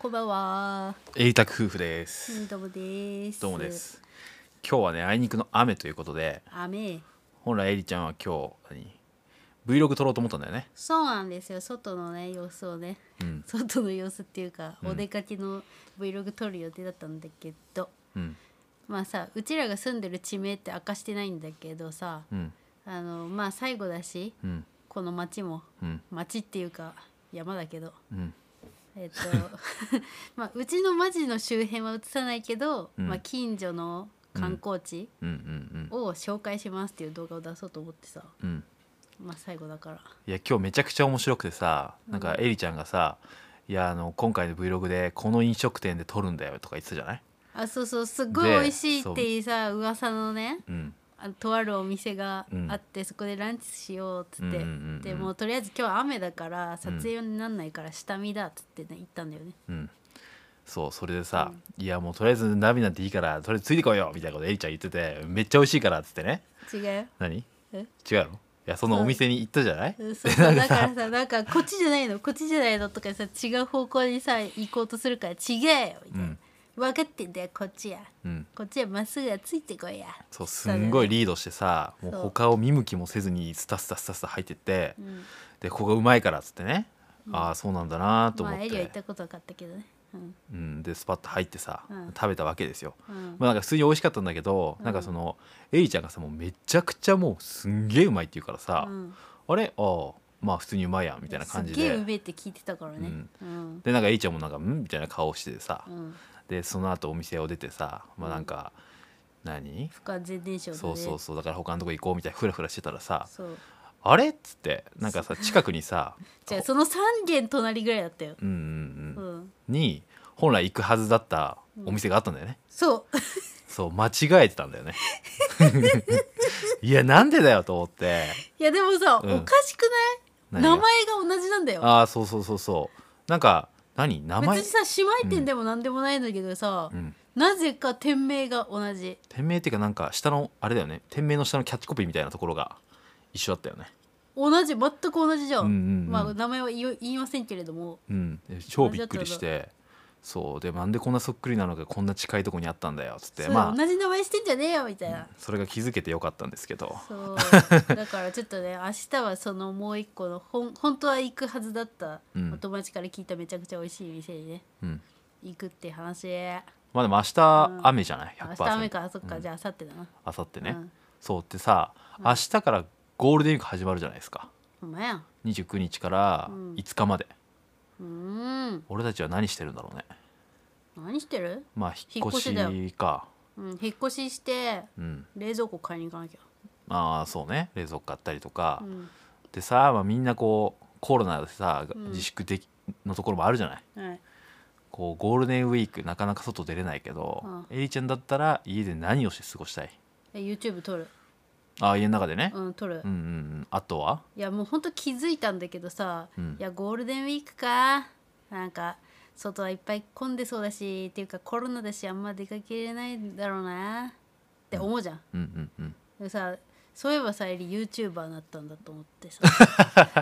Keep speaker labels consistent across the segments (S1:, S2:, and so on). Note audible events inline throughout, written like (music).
S1: こんばんは。
S2: エイタク夫婦です。
S1: どうもです。
S2: どうもで。す。今日はねあいにくの雨ということで、
S1: 雨。
S2: 本来エリちゃんは今日何 Vlog 撮ろうと思ったんだよね。
S1: そうなんですよ。外のね様子をね、
S2: うん
S1: 外の様子っていうか、
S2: うん
S1: お出かけの Vlog 撮る予定だったんだけど、
S2: うん
S1: まあさ、うちらが住んでる地名って明かしてないんだけどさ、
S2: うん
S1: あのまあ最後だし、
S2: うん
S1: この町も
S2: うん
S1: 町っていうか山だけど。
S2: うん
S1: えっ
S2: (laughs)
S1: と (laughs) まあ、うちのマジの周辺は映さないけど、
S2: うん
S1: まあ、近所の観光地
S2: うんうん
S1: を紹介しますっていう動画を出そうと思ってさ、
S2: うんうん。
S1: まあ、最後だから
S2: いや今日めちゃくちゃ面白くてさ、なんかエリちゃんがさ。いやあの今回の Vlog でこの飲食店で撮るんだよとか言ってたじゃない、
S1: あそうそうすっごい
S2: で
S1: 美味しいっていうさ噂のね
S2: うん、
S1: あのとあるお店が
S2: うん
S1: あって、そこでランチしようっつって、
S2: うんうんうんうん
S1: でもうとりあえず今日は雨だから撮影用になんないから下見だっつってね行ったんだよね
S2: うん、そうそれでさ、いやもうとりあえずナビなんていいからとりあえずついてこいよ」みたいなことエリちゃん言ってて「めっちゃ美味しいから」っつってね
S1: 違うよ
S2: 何
S1: え
S2: 違うのいやそのお店に行ったじゃない、 (laughs)
S1: うんそうそうだからさなんかこっちじゃないのこっちじゃないのとかさ違う方向にさ行こうとするから「違えよ」みたいな、
S2: うん
S1: 分かってんだよこっちや
S2: うん、
S1: こっちやまっすぐやついてこいや」
S2: そう
S1: つっ
S2: す
S1: たのよ
S2: んごいリードしてさもう
S1: そう
S2: 他を見向きもせずにスタスタスタスタ入ってって、
S1: うん
S2: でここがうまいからっつってね、ああそうなんだなと
S1: ま
S2: 思
S1: あ
S2: っ
S1: エ
S2: て、
S1: リア行ったことは分かったけどねうん
S2: うん、でスパッと入ってさ、
S1: うん
S2: 食べたわけですよ、
S1: うん
S2: まあ、なんか普通に美味しかったんだけど、
S1: うん
S2: なんかそのエリちゃんがさもうめちゃくちゃもうすんげえうまいって言うからさ、
S1: うん
S2: あれああまあ普通にうまいやんみたいな感じ
S1: すっげえう
S2: で
S1: めえって聞いてたからねうん
S2: でなんかエリちゃんもなんか「ん?」みたいな顔してさ、
S1: うん
S2: でその後お店を出てさまあなんか、何
S1: 不完全燃焼だね
S2: そうそうそうだから他のとこ行こうみたいなふらふらしてたらさ
S1: そう
S2: 「あれ?」っつってなんかさ近くにさ
S1: じゃあその3軒隣ぐらいだったよ
S2: うん
S1: う
S2: う
S1: んん
S2: うんに本来行くはずだったお店があったんだよね、
S1: そう (laughs)
S2: そう間違えてたんだよねいやなんでだよと思って
S1: いやでもさお
S2: うん
S1: かしくない
S2: 何が
S1: 名前が同じなんだよ
S2: ああそうそうそうそうなんか何名
S1: 別
S2: 前
S1: にさ姉妹店でも何でもないんだけどさ
S2: うん
S1: なぜか店名が同じ
S2: 店名っていうかなんか下のあれだよね店名の下のキャッチコピーみたいなところが一緒だったよね
S1: 同じ全く同じじゃ
S2: うんうんうんん
S1: まあ名前は言い言いませんけれども
S2: うん、で超びっくりしてそうでなんでこんなそっくりなのがこんな近いとこにあったんだよっつって
S1: そう
S2: まあ
S1: 同じ名前してんじゃねえよみたいな
S2: それが気づけてよかったんですけど
S1: そうだからちょっとね (laughs) 明日はそのもう一個のほん本当は行くはずだった、
S2: うん
S1: お友達から聞いためちゃくちゃ美味しい店にね
S2: うん
S1: 行くって話
S2: まあでも明日雨じゃない
S1: 明
S2: 100%
S1: 日雨かそっか、じゃあ明後日だな
S2: あさってね、
S1: うん
S2: そうってさ明日からゴールデンウィーク始まるじゃないですか
S1: ほんまやん
S2: 29日から
S1: うん
S2: 5日まで、
S1: うーん
S2: 俺たちは何してるんだろうね
S1: 何してる、
S2: まあ引っ越
S1: 引っ越
S2: しか
S1: うん、引っ越しして
S2: うん
S1: 冷蔵庫買いに行かなきゃ、
S2: まあそうね冷蔵庫買ったりとか
S1: う、ん
S2: でさ、まあ、みんなこうコロナでさ
S1: ん
S2: 自粛できのところもあるじゃない
S1: はい、
S2: こうゴールデンウィークなかなか外出れないけど、
S1: う
S2: エリちゃんだったら家で何をして過ごしたい
S1: え YouTube 撮る
S2: あ家の中でね、
S1: うん撮る、
S2: うん、うんうんあとはい
S1: やもうほんと気づいたんだけどさ、
S2: うん
S1: いやゴールデンウィークかなんか外はいっぱい混んでそうだしっていうかコロナだしあんま出かけれないんだろうなって思うじゃん、
S2: うんうんうん
S1: でさそういえばさえり YouTuber になったんだと思って
S2: (laughs)
S1: さ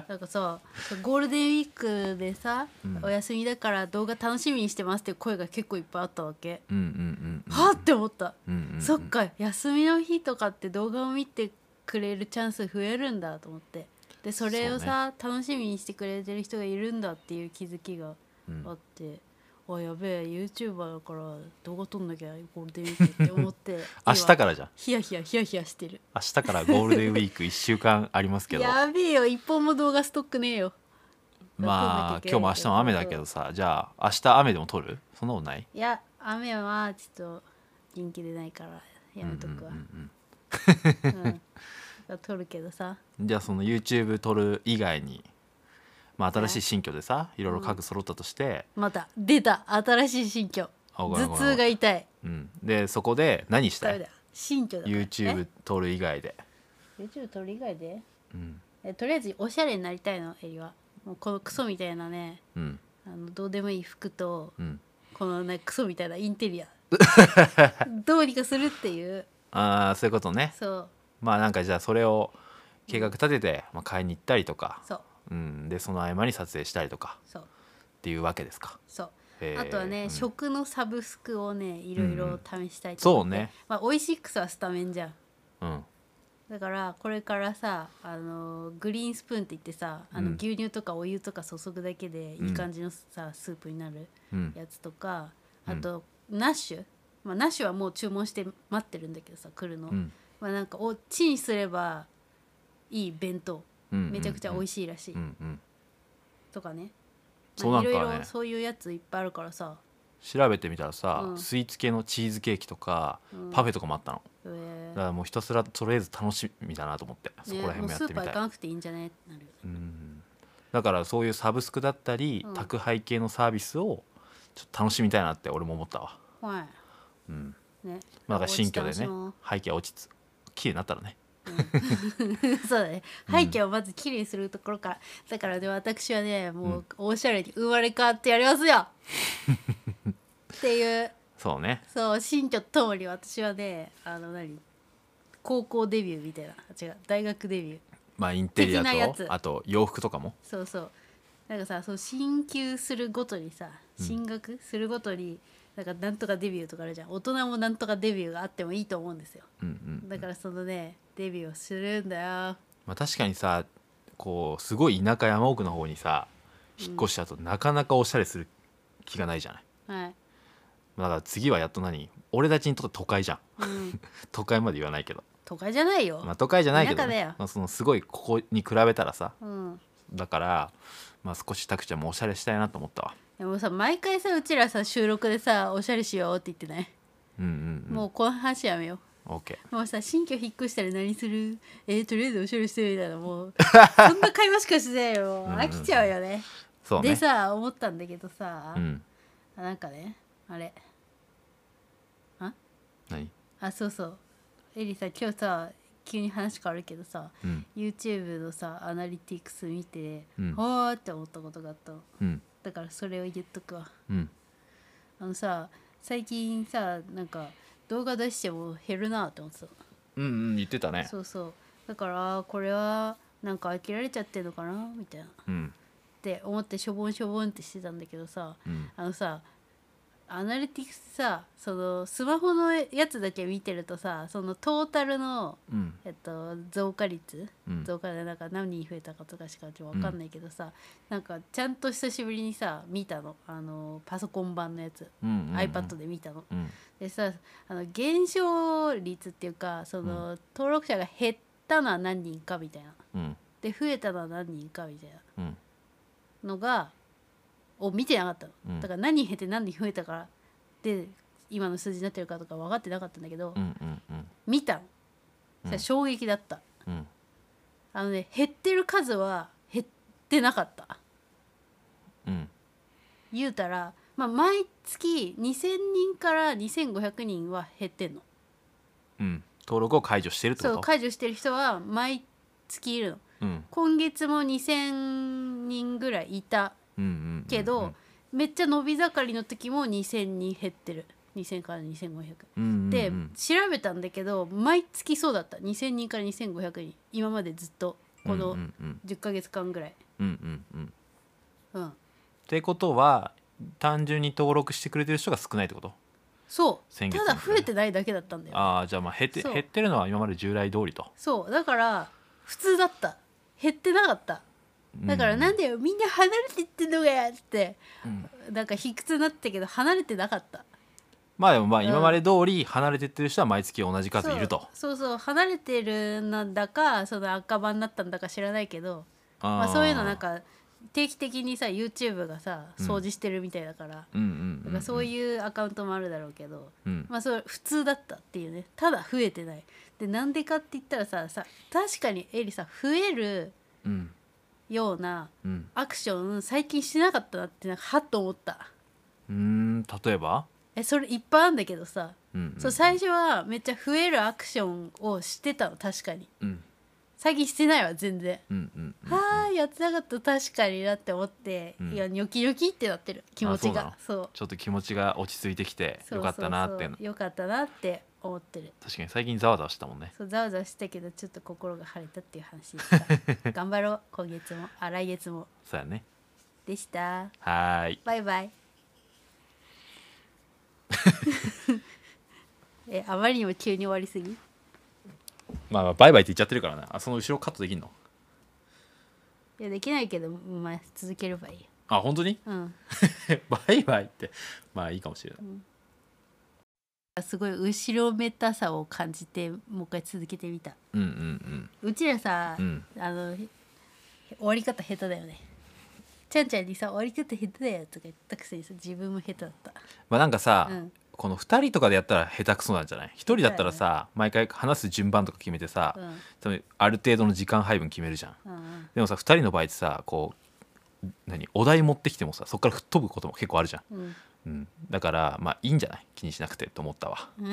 S1: なんかさゴールデンウィークでさ、
S2: うん
S1: お休みだから動画楽しみにしてますっていう声が結構いっぱいあったわけ、
S2: うんうんうん
S1: はあって思った、
S2: うんうんうん
S1: そっか休みの日とかって動画を見てくれるチャンス増えるんだと思ってでそれをさ、楽しみにしてくれてる人がいるんだっていう気づきが
S2: うん
S1: あって、あやべえ YouTuber だから動画撮んなきゃゴールデンウィークって思って
S2: (laughs) 明日かららじゃん
S1: ヒヤヒヤヒヤヒヤしてる
S2: 明日からゴールデンウィーク1週間ありますけど
S1: やべえよ一本も動画ストックねえよ
S2: まあ今日も明日も雨だけどさじゃあ明日雨でも撮るそんなことない
S1: いや雨はちょっと元気でないからやめとくわうん (laughs) 撮るけどさ
S2: じゃあその YouTube 撮る以外に、まあ、新しい新居でさいろいろ家具揃ったとして、
S1: また出た新しい新居
S2: あごめん
S1: 頭
S2: ごめん
S1: 痛が痛い
S2: うん、でそこで何した
S1: ダメ
S2: い
S1: だ新居だから
S2: YouTube 撮る以外で、
S1: え YouTube 撮る以外で
S2: うん
S1: えとりあえずおしゃれになりたいのエリはもうこのクソみたいなね
S2: うん
S1: あのどうでもいい服と
S2: うん、
S1: このねクソみたいなインテリ
S2: (laughs)
S1: アどうにかするっていう
S2: ああそういうことね
S1: そう
S2: まあなんかじゃあそれを計画立てて、まあ、買いに行ったりとか
S1: そう
S2: うん、でその合間に撮影したりとか
S1: そう
S2: っていうわけですか
S1: そう
S2: へー
S1: あとはね、
S2: うん
S1: 食のサブスクをねいろいろ試したい
S2: そう
S1: って
S2: ね
S1: まあ、オイシックスはスタメンじゃん
S2: うん
S1: だからこれからさあのグリーンスプーンって言ってさあ
S2: う
S1: の
S2: ん
S1: 牛乳とかお湯とか注ぐだけでいい感じのさ、スープになる
S2: うん
S1: やつとか
S2: う
S1: あ
S2: ん
S1: と、ナッシュ、まあ、ナッシュはもう注文して待ってるんだけどさ来るの、
S2: うん
S1: まあ、なんかおチンすればいい弁当
S2: うん
S1: めちゃくちゃ美味
S2: しい
S1: しいらしい、
S2: うんうん
S1: とかね
S2: そう
S1: ま
S2: な
S1: あ
S2: ん
S1: い
S2: か
S1: ろ
S2: ね
S1: いろそういうやついっぱいあるからさ、
S2: 調べてみたらさ、
S1: うん
S2: スイーツ系のチーズケーキとか
S1: うん
S2: パフェとかもあったの、
S1: え
S2: だ
S1: ー
S2: からもうひたすらとりあえず楽しみだなと思ってそこら
S1: ね
S2: 辺
S1: もう
S2: もや
S1: ス
S2: って
S1: ー
S2: み
S1: パー
S2: たい
S1: 行かなくていいんじゃねってなるよね
S2: うんだからそういうサブスクだったり、
S1: うん
S2: 宅配系のサービスをちょっと楽しみたいなって俺も思ったわ、
S1: は
S2: うん
S1: いね (laughs)
S2: まあ、だから新居で
S1: 落ちた
S2: ね
S1: 足も
S2: 背景落ちつ綺麗になったらね
S1: そうだね背景をまずきれいにするところから、だからね私はねもうおしゃれに生まれ変わってやります
S2: (laughs)
S1: よっていう
S2: そうね
S1: そう新居ともに私はねあの何高校デビューみたいな違う大学デビュー
S2: まあインテリア
S1: 的なやつ
S2: とあと洋服とかも
S1: そうそうなんかさそう進級するごとにさ進学するごとに、なんかなんとかデビューとかあるじゃん大人もなんとかデビューがあってもいいと思うんですよ
S2: うんうん、
S1: だからそのねデビューをするんだよ
S2: まあ、確かにさこうすごい田舎山奥の方にさ引っ越した後、なかなかおしゃれする気がないじゃない
S1: はい、
S2: まあだから次はやっと何俺たちにとって都会じゃん (laughs)
S1: うん、
S2: 都会まで言わないけど、
S1: 都会じゃないよ、
S2: まあ、都会じゃないけど、
S1: 田舎だ
S2: ね
S1: よ
S2: まあ、そのすごいここに比べたらさ
S1: うん
S2: だから、まあ、少し拓ちゃんもおしゃれしたいなと思ったわ
S1: でもさ毎回さうちらさ収録でさおしゃれしようって言ってない、
S2: うんうん、うん、
S1: もうこの話やめよ
S2: OK
S1: うもうさ新居引っ越したら何するえー、とりあえずおしゃれしてみたいなも
S2: (laughs)
S1: うそんな会話しかしてないよもう飽きちゃうよね
S2: そうね
S1: でさ思ったんだけどさ、
S2: うん
S1: あなんかねあれ
S2: 何
S1: あそうそうエリさ今日さ急に話変わるけどさ
S2: うん
S1: YouTube のさアナリティクス見て、
S2: うん
S1: はあって思ったことがあったの
S2: うん
S1: だからそれを言っとくわ
S2: うん
S1: あのさ最近さなんか動画出しても減るなって思ってたの
S2: うんうん言ってたね
S1: そうそうだからこれはなんか飽きられちゃってるのかなみたいなっ
S2: うん
S1: て思ってしょぼんしょぼんってしてたんだけどさ
S2: うん
S1: あのさアナリティクスさそのスマホのやつだけ見てるとさそのトータルの、
S2: うん
S1: えっと、増加率、
S2: うん
S1: 増加でなんか何人増えたかとかしかちょっと分かんないけどさ、なんかちゃんと久しぶりにさ見たのあのパソコン版のやつ、
S2: うんうんうん
S1: iPad で見たの。
S2: うん
S1: でさあの減少率っていうかその、登録者が減ったのは何人かみたいな
S2: うん
S1: で増えたのは何人かみたいな
S2: うん
S1: のがを見てなかったの、
S2: うん
S1: だから何減って何人増えたからで今の数字になってるかとか分かってなかったんだけど、
S2: うんうんうん
S1: 見たのそしたら
S2: うん
S1: 衝撃だった、
S2: うん
S1: あのね減ってる数は減ってなかった
S2: うん
S1: 言うたら、まあ、毎月2,000人から2,500人は減ってんの
S2: うん登録を解除してるってこ
S1: そう
S2: と
S1: 解除してる人は毎月いるの
S2: うん
S1: 今月も2,000人ぐらいいた
S2: うんうん
S1: けど、めっちゃ伸び盛りの時も2,000人減ってる2,000から2,500。
S2: うんうんうん
S1: で、
S2: うん
S1: 調べたんだけど毎月そうだった2,000人から2,500人今までずっとこ
S2: う
S1: の
S2: んうん
S1: 10ヶ月間ぐらい。
S2: うんうんうんっ
S1: うん、
S2: てことは単純に登録してくれてる人が少ないってこと
S1: そう
S2: 先
S1: た
S2: 月
S1: だ増えてないだけだったんだよ。
S2: ああじゃあまあ減って
S1: そう
S2: 減ってるのは今まで従来通りと
S1: そうだから普通だった減ってなかっただから
S2: うん
S1: なんだよ、みんな離れていってんのがやって、なんか卑屈になってたけど離れてなかった。
S2: まあでもまあ
S1: うん
S2: 今まで通り離れてってる人は毎月同じ数いると。
S1: そうそうそう離れてるなんだかその赤版になったんだか知らないけどま
S2: ま
S1: あ、そういうのなん。か定期的にさ YouTube がさ掃除してるみたいだから,、
S2: うんうん
S1: だ
S2: うん、
S1: からそう
S2: う
S1: いうアカウントもあるだろうけど、
S2: ん。うん
S1: まあそれ普通だったっていうねただ増えてないでなんでかって言ったらささ確かにエリさ増える
S2: うん
S1: ような
S2: うん。
S1: アクション最近しなかったなってなんかはっと思った
S2: うーん例えば、
S1: えそれいっぱいあるんだけどさ、
S2: うんうん、
S1: そう最初はめっちゃ増えるアクションをしてたの確かに
S2: うん
S1: 最近してないわ全然
S2: うんうんうん
S1: はあやってなかった確かになって思って、
S2: うん
S1: いやニョキニョキってなってる気持ちが
S2: あ
S1: そう
S2: ちょっと気持ちが落ち着いてきて
S1: そう
S2: よかったなって
S1: そうそうよかったなって思ってる
S2: 確かに最近ざわざわしたもんね
S1: そうざわざわしたけどちょっと心が晴れたっていう話でした
S2: (laughs)
S1: 頑張ろう今月もあ来月も
S2: そうやね
S1: でした
S2: はーい (laughs)
S1: バイバイえあまりにも急に終わりすぎ
S2: まあまあバイバイって言っちゃってるからなあその後ろカットできんの
S1: いやできないけどまあ続ければいいよ
S2: あ本当に (laughs)
S1: うん
S2: バイバイってまあいいかもしれない
S1: すごい後ろめたさを感じてもう一回続けてみた
S2: うんうん
S1: うちらさ、
S2: うんうん
S1: あの終わり方下手だよねちゃんちゃんにさ終わり方下手だよとか言ったくせにさ自分も下手だった
S2: まあなんかさ、
S1: うん
S2: この2人とかでやったら下手くそなんじゃない1人だったらさ、毎回話す順番とか決めてさ、
S1: うん
S2: 多分ある程度の時間配分決めるじゃん
S1: うん
S2: でもさ2人の場合ってさこう何お題持ってきてもさそこから吹っ飛ぶことも結構あるじゃん、
S1: うん
S2: うん、だからまあいいんじゃない気にしなくてと思ったわ、うん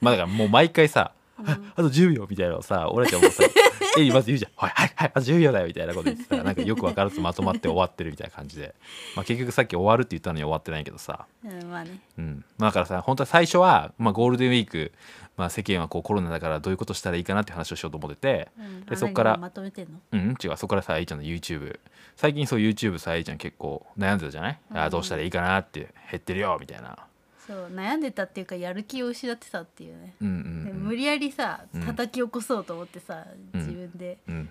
S2: まあだからもう毎回さ、ああと10秒みたいなのをさ俺たちはも
S1: (laughs)
S2: うさ「えいまず言うじゃんはいはいはいあと10秒だよ」みたいなこと言ってさなんかよく分からずまとまって終わってるみたいな感じで、まあ、結局さっき終わるって言ったのに終わってないけどさ
S1: (laughs) うん、うん、まあね
S2: うん、まあだからさ本当は最初は、まあ、ゴールデンウィーク、まあ、世間はこうコロナだからどういうことしたらいいかなって話をしようと思ってて、
S1: うん
S2: で
S1: あ
S2: そっから
S1: 何まとめてんの
S2: うん違うそこからさ愛ちゃんの YouTube 最近そう YouTube さ愛ちゃん結構悩んでたじゃない、あーどうしたらいいかなって減ってるよみたいな
S1: そう悩んでたっていうかやる気を失ってたっていうね、
S2: うん
S1: で
S2: うん
S1: 無理やりさ
S2: うん
S1: 叩き起こそうと思ってさ、
S2: うん
S1: 自分で
S2: うんうん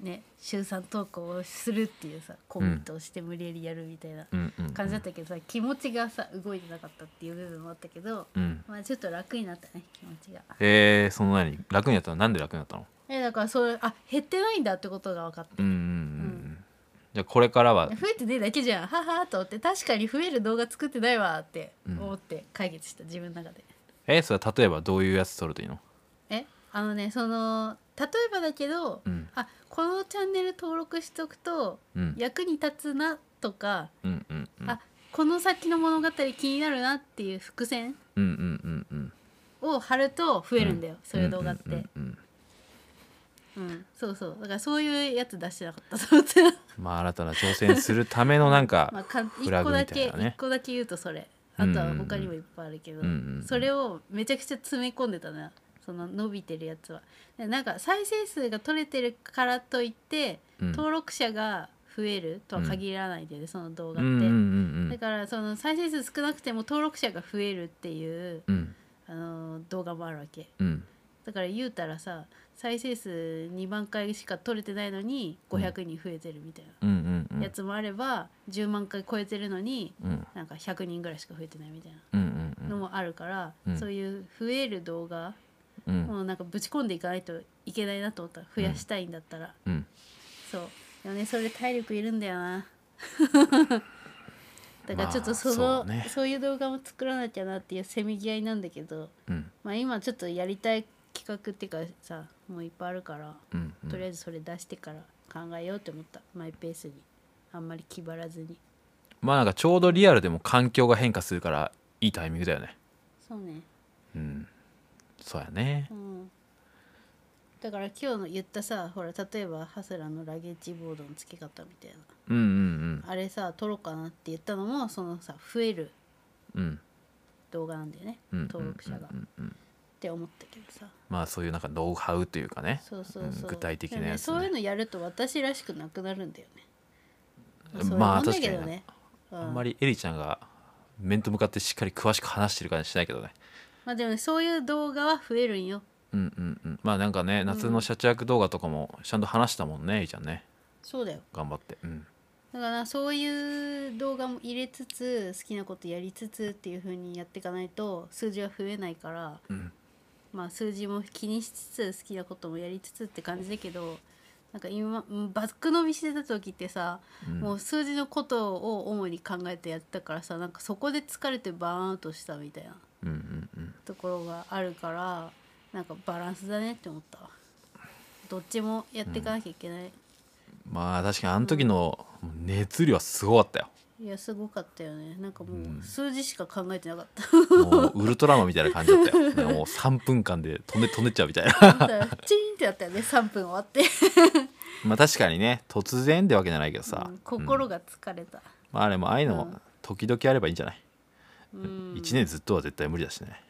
S1: ね週3投稿をするっていうさコミットをして無理やりやるみたいな
S2: うんうん
S1: 感じだったけどさ、気持ちがさ動いてなかったっていう部分もあったけど、
S2: うん
S1: まあちょっと楽になったね気持ちが。
S2: えー、その何楽になったのなんで楽になったの
S1: えだからそれあ減ってないんだってことが分かっ
S2: う
S1: て
S2: んうんうんじゃあこれからは
S1: 増えてねえだけじゃんははーと思って確かに増える動画作ってないわって思って解決した、自分の中で。
S2: えー、それは例えばどういうやつ撮るといいの
S1: えあのねその例えばだけど、
S2: うん
S1: あこのチャンネル登録しとくと
S2: うん
S1: 役に立つなとか、
S2: うんうんうん
S1: あこの先の物語気になるなっていう伏線
S2: うんうんうんうん
S1: を貼ると増えるんだよ、そういう動画って、うん
S2: んうんうん
S1: そうそうだからそういうやつ出してなかったと思って
S2: まあ新たな挑戦するた
S1: (laughs)
S2: めのなんか、
S1: まあ、かん
S2: フラ
S1: 一個
S2: グみ
S1: だ
S2: たい
S1: け、
S2: なね
S1: 一個だけ言うとそれあとは他にもいっぱいあるけど、
S2: うんうんうん
S1: それをめちゃくちゃ詰め込んでたなその伸びてるやつはでなんか再生数が取れてるからといって、
S2: うん
S1: 登録者が増えるとは限らないんだよね、その動画
S2: う
S1: っ
S2: ん
S1: て、
S2: うんうんう
S1: だ
S2: ん
S1: からその再生数少なくても登録者が増えるっていう、
S2: うん
S1: あの動画もあるわけ
S2: うん
S1: だから言うたらさ再生数2万回しか取れてないのに500人増えてるみたいな
S2: うんうんうん
S1: やつもあれば、10万回超えてるのに
S2: うん
S1: なんか100人ぐらいしか増えてないみたい
S2: うんう
S1: な
S2: ん
S1: のもあるから、
S2: うん
S1: そういう増える動画
S2: うんうん
S1: もうなんかぶち込んでいかないといけないなと思った増やしたいんだったら、
S2: うん
S1: そうでもねそれ体力いるんだよ
S2: (laughs)
S1: なだからちょっとその、
S2: まあそ
S1: そうう
S2: ね
S1: いう動画も作らなきゃなっていうせめぎ合いなんだけど、
S2: うん
S1: まあ、今ちょっとやりたい企画っていうかさもういっぱいあるから、
S2: うん
S1: とりあえずそれ出してから考えようって思ったマイペースにあんまり気張らずに
S2: まあなんかちょうどリアルでも環境が変化するからいいタイミングだよね
S1: そうね
S2: うんそうやね
S1: うんだから今日の言ったさほら例えばハスラーのラゲージボードの付け方みたいな
S2: うんうん
S1: あれさ撮ろうかなって言ったのもそのさ増える
S2: うんうん
S1: 動画なんだよね
S2: うん
S1: 登録者が、
S2: うんうん
S1: って思ったけどさ
S2: まあそういうなんかノウハウというかね
S1: そうそうそう、
S2: うん具体的な
S1: でも
S2: や
S1: ね
S2: つ
S1: そういう
S2: ね
S1: のやると私らしくなくなるんだよね
S2: まあ
S1: そういうもんだけどね
S2: あん
S1: ま
S2: まりエリちゃんが面と向かってしっかり詳しく話してる感じしないけどね
S1: まあでもねそういう動画は増えるんよ
S2: うんうんうんまあなんかね夏のシャチャク動画とかもちゃんと話したもんねエリちゃんね
S1: そうだよ
S2: 頑張ってうん
S1: だからそういう動画も入れつつ好きなことやりつつっていう風にやっていかないと数字は増えないから、
S2: うん
S1: まあ数字も気にしつつ好きなこともやりつつって感じだけどなんか今うんバック伸びしてた時ってさ、もう数字のことを主に考えてやってたからさなんかそこで疲れてバーンアウトしたみたいな
S2: うんうんうん
S1: ところがあるからなんかバランスだねって思ったわどっちもやっていかなきゃいけない、
S2: まあ確かにあの時の熱量はすごかったよ
S1: いやすごかったよねなんかもう数字しか考えてなかった (laughs)
S2: もうウルトラマンみたいな感じだったよなんかもう3分間で飛んで飛んでっちゃうみたいな
S1: チーンってなったよね3分終わって、
S2: まあ確かにね突然ってわけじゃないけどさ、
S1: うん心が疲れた、
S2: まあでもああいうの
S1: うん
S2: も時々あればいいんじゃない、
S1: うん
S2: 1年ずっとは絶対無理だしね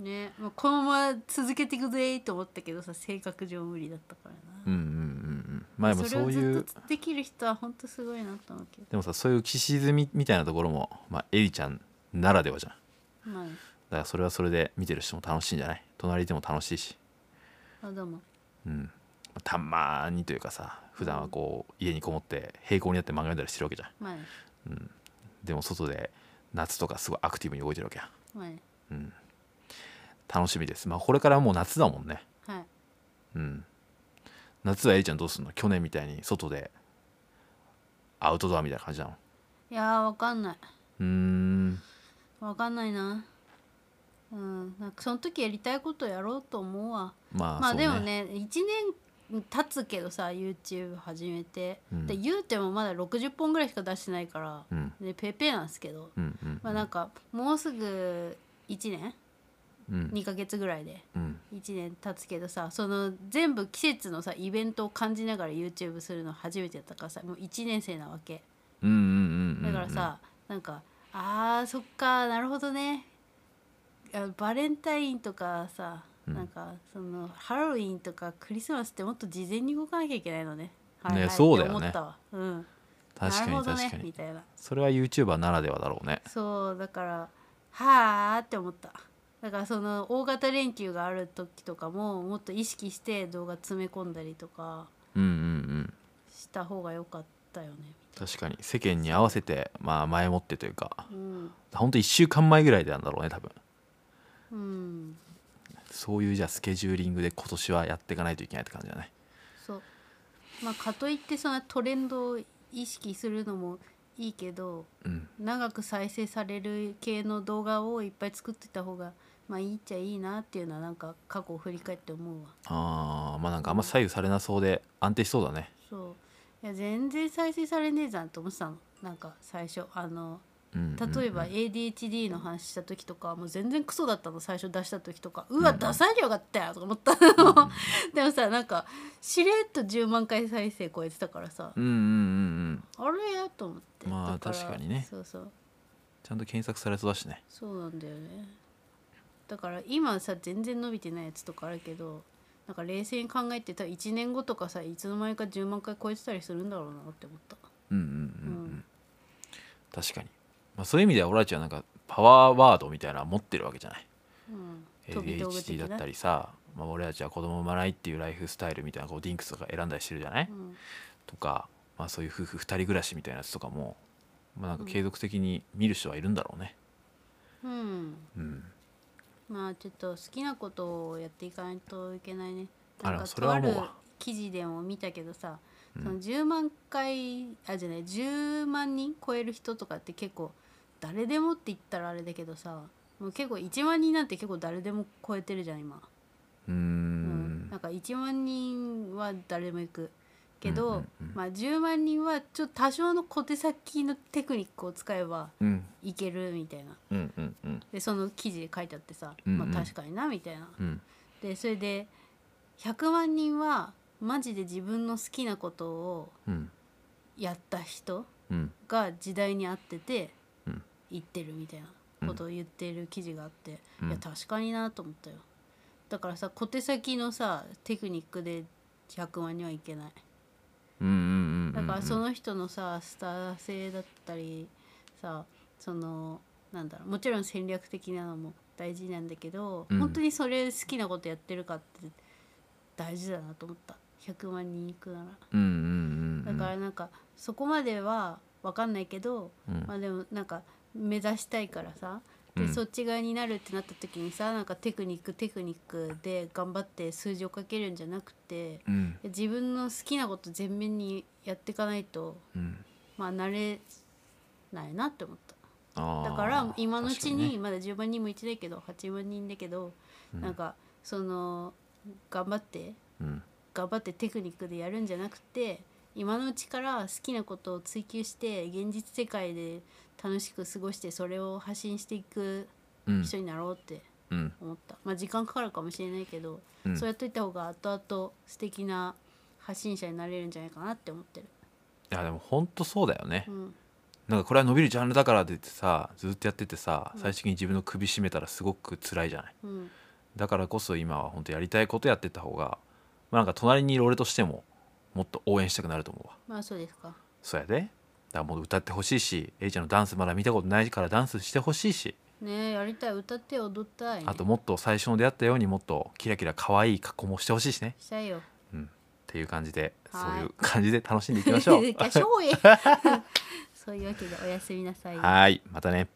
S1: ねもうこのまま続けていくぜと思ったけどさ性格上無理だったからな
S2: うんうんうんうんまあでも
S1: それ
S2: そ
S1: を
S2: うい
S1: ず
S2: う
S1: っとできる人は本当すごいなと思うけど
S2: でもさそういう浮き沈みみたいなところも、まあ、エリちゃんならではじゃんだ
S1: ま
S2: からそれはそれで見てる人も楽しいんじゃない隣でも楽しいし、
S1: あ、あどうも
S2: うん、たまにというかさ普段はこう家にこもって平行になって漫画読んだりしてるわけじゃん
S1: まあね
S2: でも外で夏とかすごいアクティブに動いてるわけやん
S1: まあね
S2: 楽しみですまあこれからもう夏だもんね
S1: はい
S2: うん夏は A ちゃんどうすんの去年みたいに外でアウトドアみたいな感じなの
S1: いやーわかんないう
S2: ーん
S1: わかんないなうんなんかその時やりたいことやろうと思うわ
S2: まあ
S1: まあ
S2: そう
S1: でもね1年経つけどさ YouTube 始めて、
S2: うん
S1: で言うてもまだ60本ぐらいしか出してないから、
S2: うん
S1: でペーペーなんですけど、
S2: うんうん
S1: まあなんかもうすぐ1年
S2: うん
S1: 2ヶ月ぐらいで
S2: うん
S1: 1年経つけどさその全部季節のさイベントを感じながら YouTube するの初めてやったからさもう1年生なわけ
S2: うんうんうんう
S1: だ
S2: ん
S1: からさ、なんかあーそっかなるほどねあバレンタインとかさ、なんかそのハロウィンとかクリスマスってもっと事前に動かなきゃいけないのね。はいはい
S2: ねそうだよね
S1: って思ったわうん、
S2: 確か
S1: なる
S2: に
S1: ほど
S2: 確
S1: ね
S2: かに、
S1: みたいな。
S2: それは YouTuber ならではだろうね
S1: そうだからはあって思った。だからその大型連休がある時とかももっと意識して動画詰め込んだりとか
S2: うんうんうん
S1: した方が良かったよね。
S2: 確かに世間に合わせてまあ前もってというか
S1: うん、
S2: ほんと1週間前ぐらいなんだろうね多分
S1: うん、
S2: そういうじゃあスケジューリングで今年はやっていかないといけないって感じだね
S1: そうまあかといってそんなトレンドを意識するのもいいけど
S2: うん
S1: 長く再生される系の動画をいっぱい作ってた方がまあいいっちゃいいなっていうのはなんか過去を振り返って思うわ
S2: あーまあなんかあんま左右されなそうで安定しそうだね
S1: そういや全然再生されねえじゃんと思ってたのなんか最初あの
S2: うん
S1: 例えば ADHD の話した時とかはもう全然クソだったの最初出した時とかうわ出さなきゃよかったよとか思ったの (laughs) でもさなんかしれっと10万回再生超えてたからさ、
S2: うんうんうんうん
S1: あれやと思って
S2: まあ
S1: だら
S2: 確かにね
S1: そうそう
S2: ちゃんと検索されそうだしね
S1: そうなんだよねだから今さ全然伸びてないやつとかあるけどなんか冷静に考えてた1年後とかさいつの間にか10万回超えてたりするんだろうなって思った
S2: うんうんうん、う
S1: うんん、
S2: 確かに、まあ、そういう意味では俺たちはなんかパワーワードみたいなの持ってるわけじゃない
S1: うん飛び道具
S2: ADHD
S1: 的
S2: だっ
S1: な
S2: たりさ、まあ、俺たちは子供産まないっていうライフスタイルみたいなこうディンクスとか選んだりしてるじゃない、
S1: うん
S2: とか、まあ、そういう夫婦2人暮らしみたいなやつとかも、まあ、なんか継続的に見る人はいるんだろうね、
S1: うん
S2: うん、
S1: まあちょっと好きなことをやっていかないといけないね
S2: あ
S1: な
S2: ら
S1: んか
S2: それ
S1: と
S2: は
S1: あ
S2: もう
S1: る記事でも見たけどさ、その10万回あじゃない10万人超える人とかって結構誰でもって言ったらあれだけどさもう結構1万人なんて結構誰でも超えてるじゃん今、
S2: うー
S1: うん
S2: ん
S1: なんか1万人は誰でも行くけど、
S2: うんうんうん
S1: まあ、10万人はちょっと多少の小手先のテクニックを使えば
S2: うん
S1: いけるみたいな
S2: うんうんうん
S1: でその記事で書いてあってさ、
S2: うんうん
S1: まあ、確かになみたいな。
S2: うん
S1: でそれで100万人はマジで自分の好きなことを
S2: うん
S1: やった人
S2: うん
S1: が時代に合ってて
S2: うん
S1: 言ってるみたいなことを言ってる記事があって、
S2: うん
S1: いや確かになと思ったよだからさ小手先のさテクニックで100万人はいけない
S2: うんうんうんうん
S1: だからその人のさスター性だったりさそのなんだろうもちろん戦略的なのも大事なんだけど、
S2: うん
S1: 本当にそれ好きなことやってるかって大事だなと思った100万人いくな
S2: うんうんうんう
S1: らだ
S2: ん
S1: からなんかそこまでは分かんないけど、
S2: うん
S1: まあでもなんか目指したいからさで、
S2: うん
S1: そっち側になるってなった時にさなんかテクニックテクニックで頑張って数字をかけるんじゃなくて
S2: うん
S1: 自分の好きなこと全面にやっていかないと
S2: うん
S1: まあ慣れないなって思った
S2: あー
S1: だから今のうち
S2: 確か
S1: に
S2: ね
S1: まだ10万人もいってないけど8万人だけど、なんかその頑張って
S2: うん
S1: 頑張ってテクニックでやるんじゃなくて今のうちから好きなことを追求して現実世界で楽しく過ごしてそれを発信していく
S2: うん
S1: 人になろうって
S2: うん
S1: 思った、まあ時間かかるかもしれないけど、
S2: うん
S1: そうやっといた方が後々素敵な発信者になれるんじゃないかなって思ってる。
S2: いやでも本当そうだよね、
S1: うん
S2: なんかこれは伸びるジャンルだからって言ってさずっとやっててさ最終的に自分の首絞めたらすごく辛いじゃない
S1: うん
S2: だからこそ今は本当やりたいことやってった方が、まあ、なんか隣にいる俺としてももっと応援したくなると思うわ
S1: まあそうですか。
S2: そうやでからもう歌ってほしいしエイちゃんのダンスまだ見たことないからダンスしてほしいし
S1: ねえやりたい歌って踊ったい、ね、
S2: あともっと最初の出会ったようにもっとキラキラ可愛い格好もしてほしいしね、
S1: したいよ
S2: うん、っていう感じでそう
S1: はい
S2: いう感じで
S1: (laughs)
S2: 楽しんでいきましょう
S1: いきましょうえそういうわけでおやすみなさい
S2: はいまたね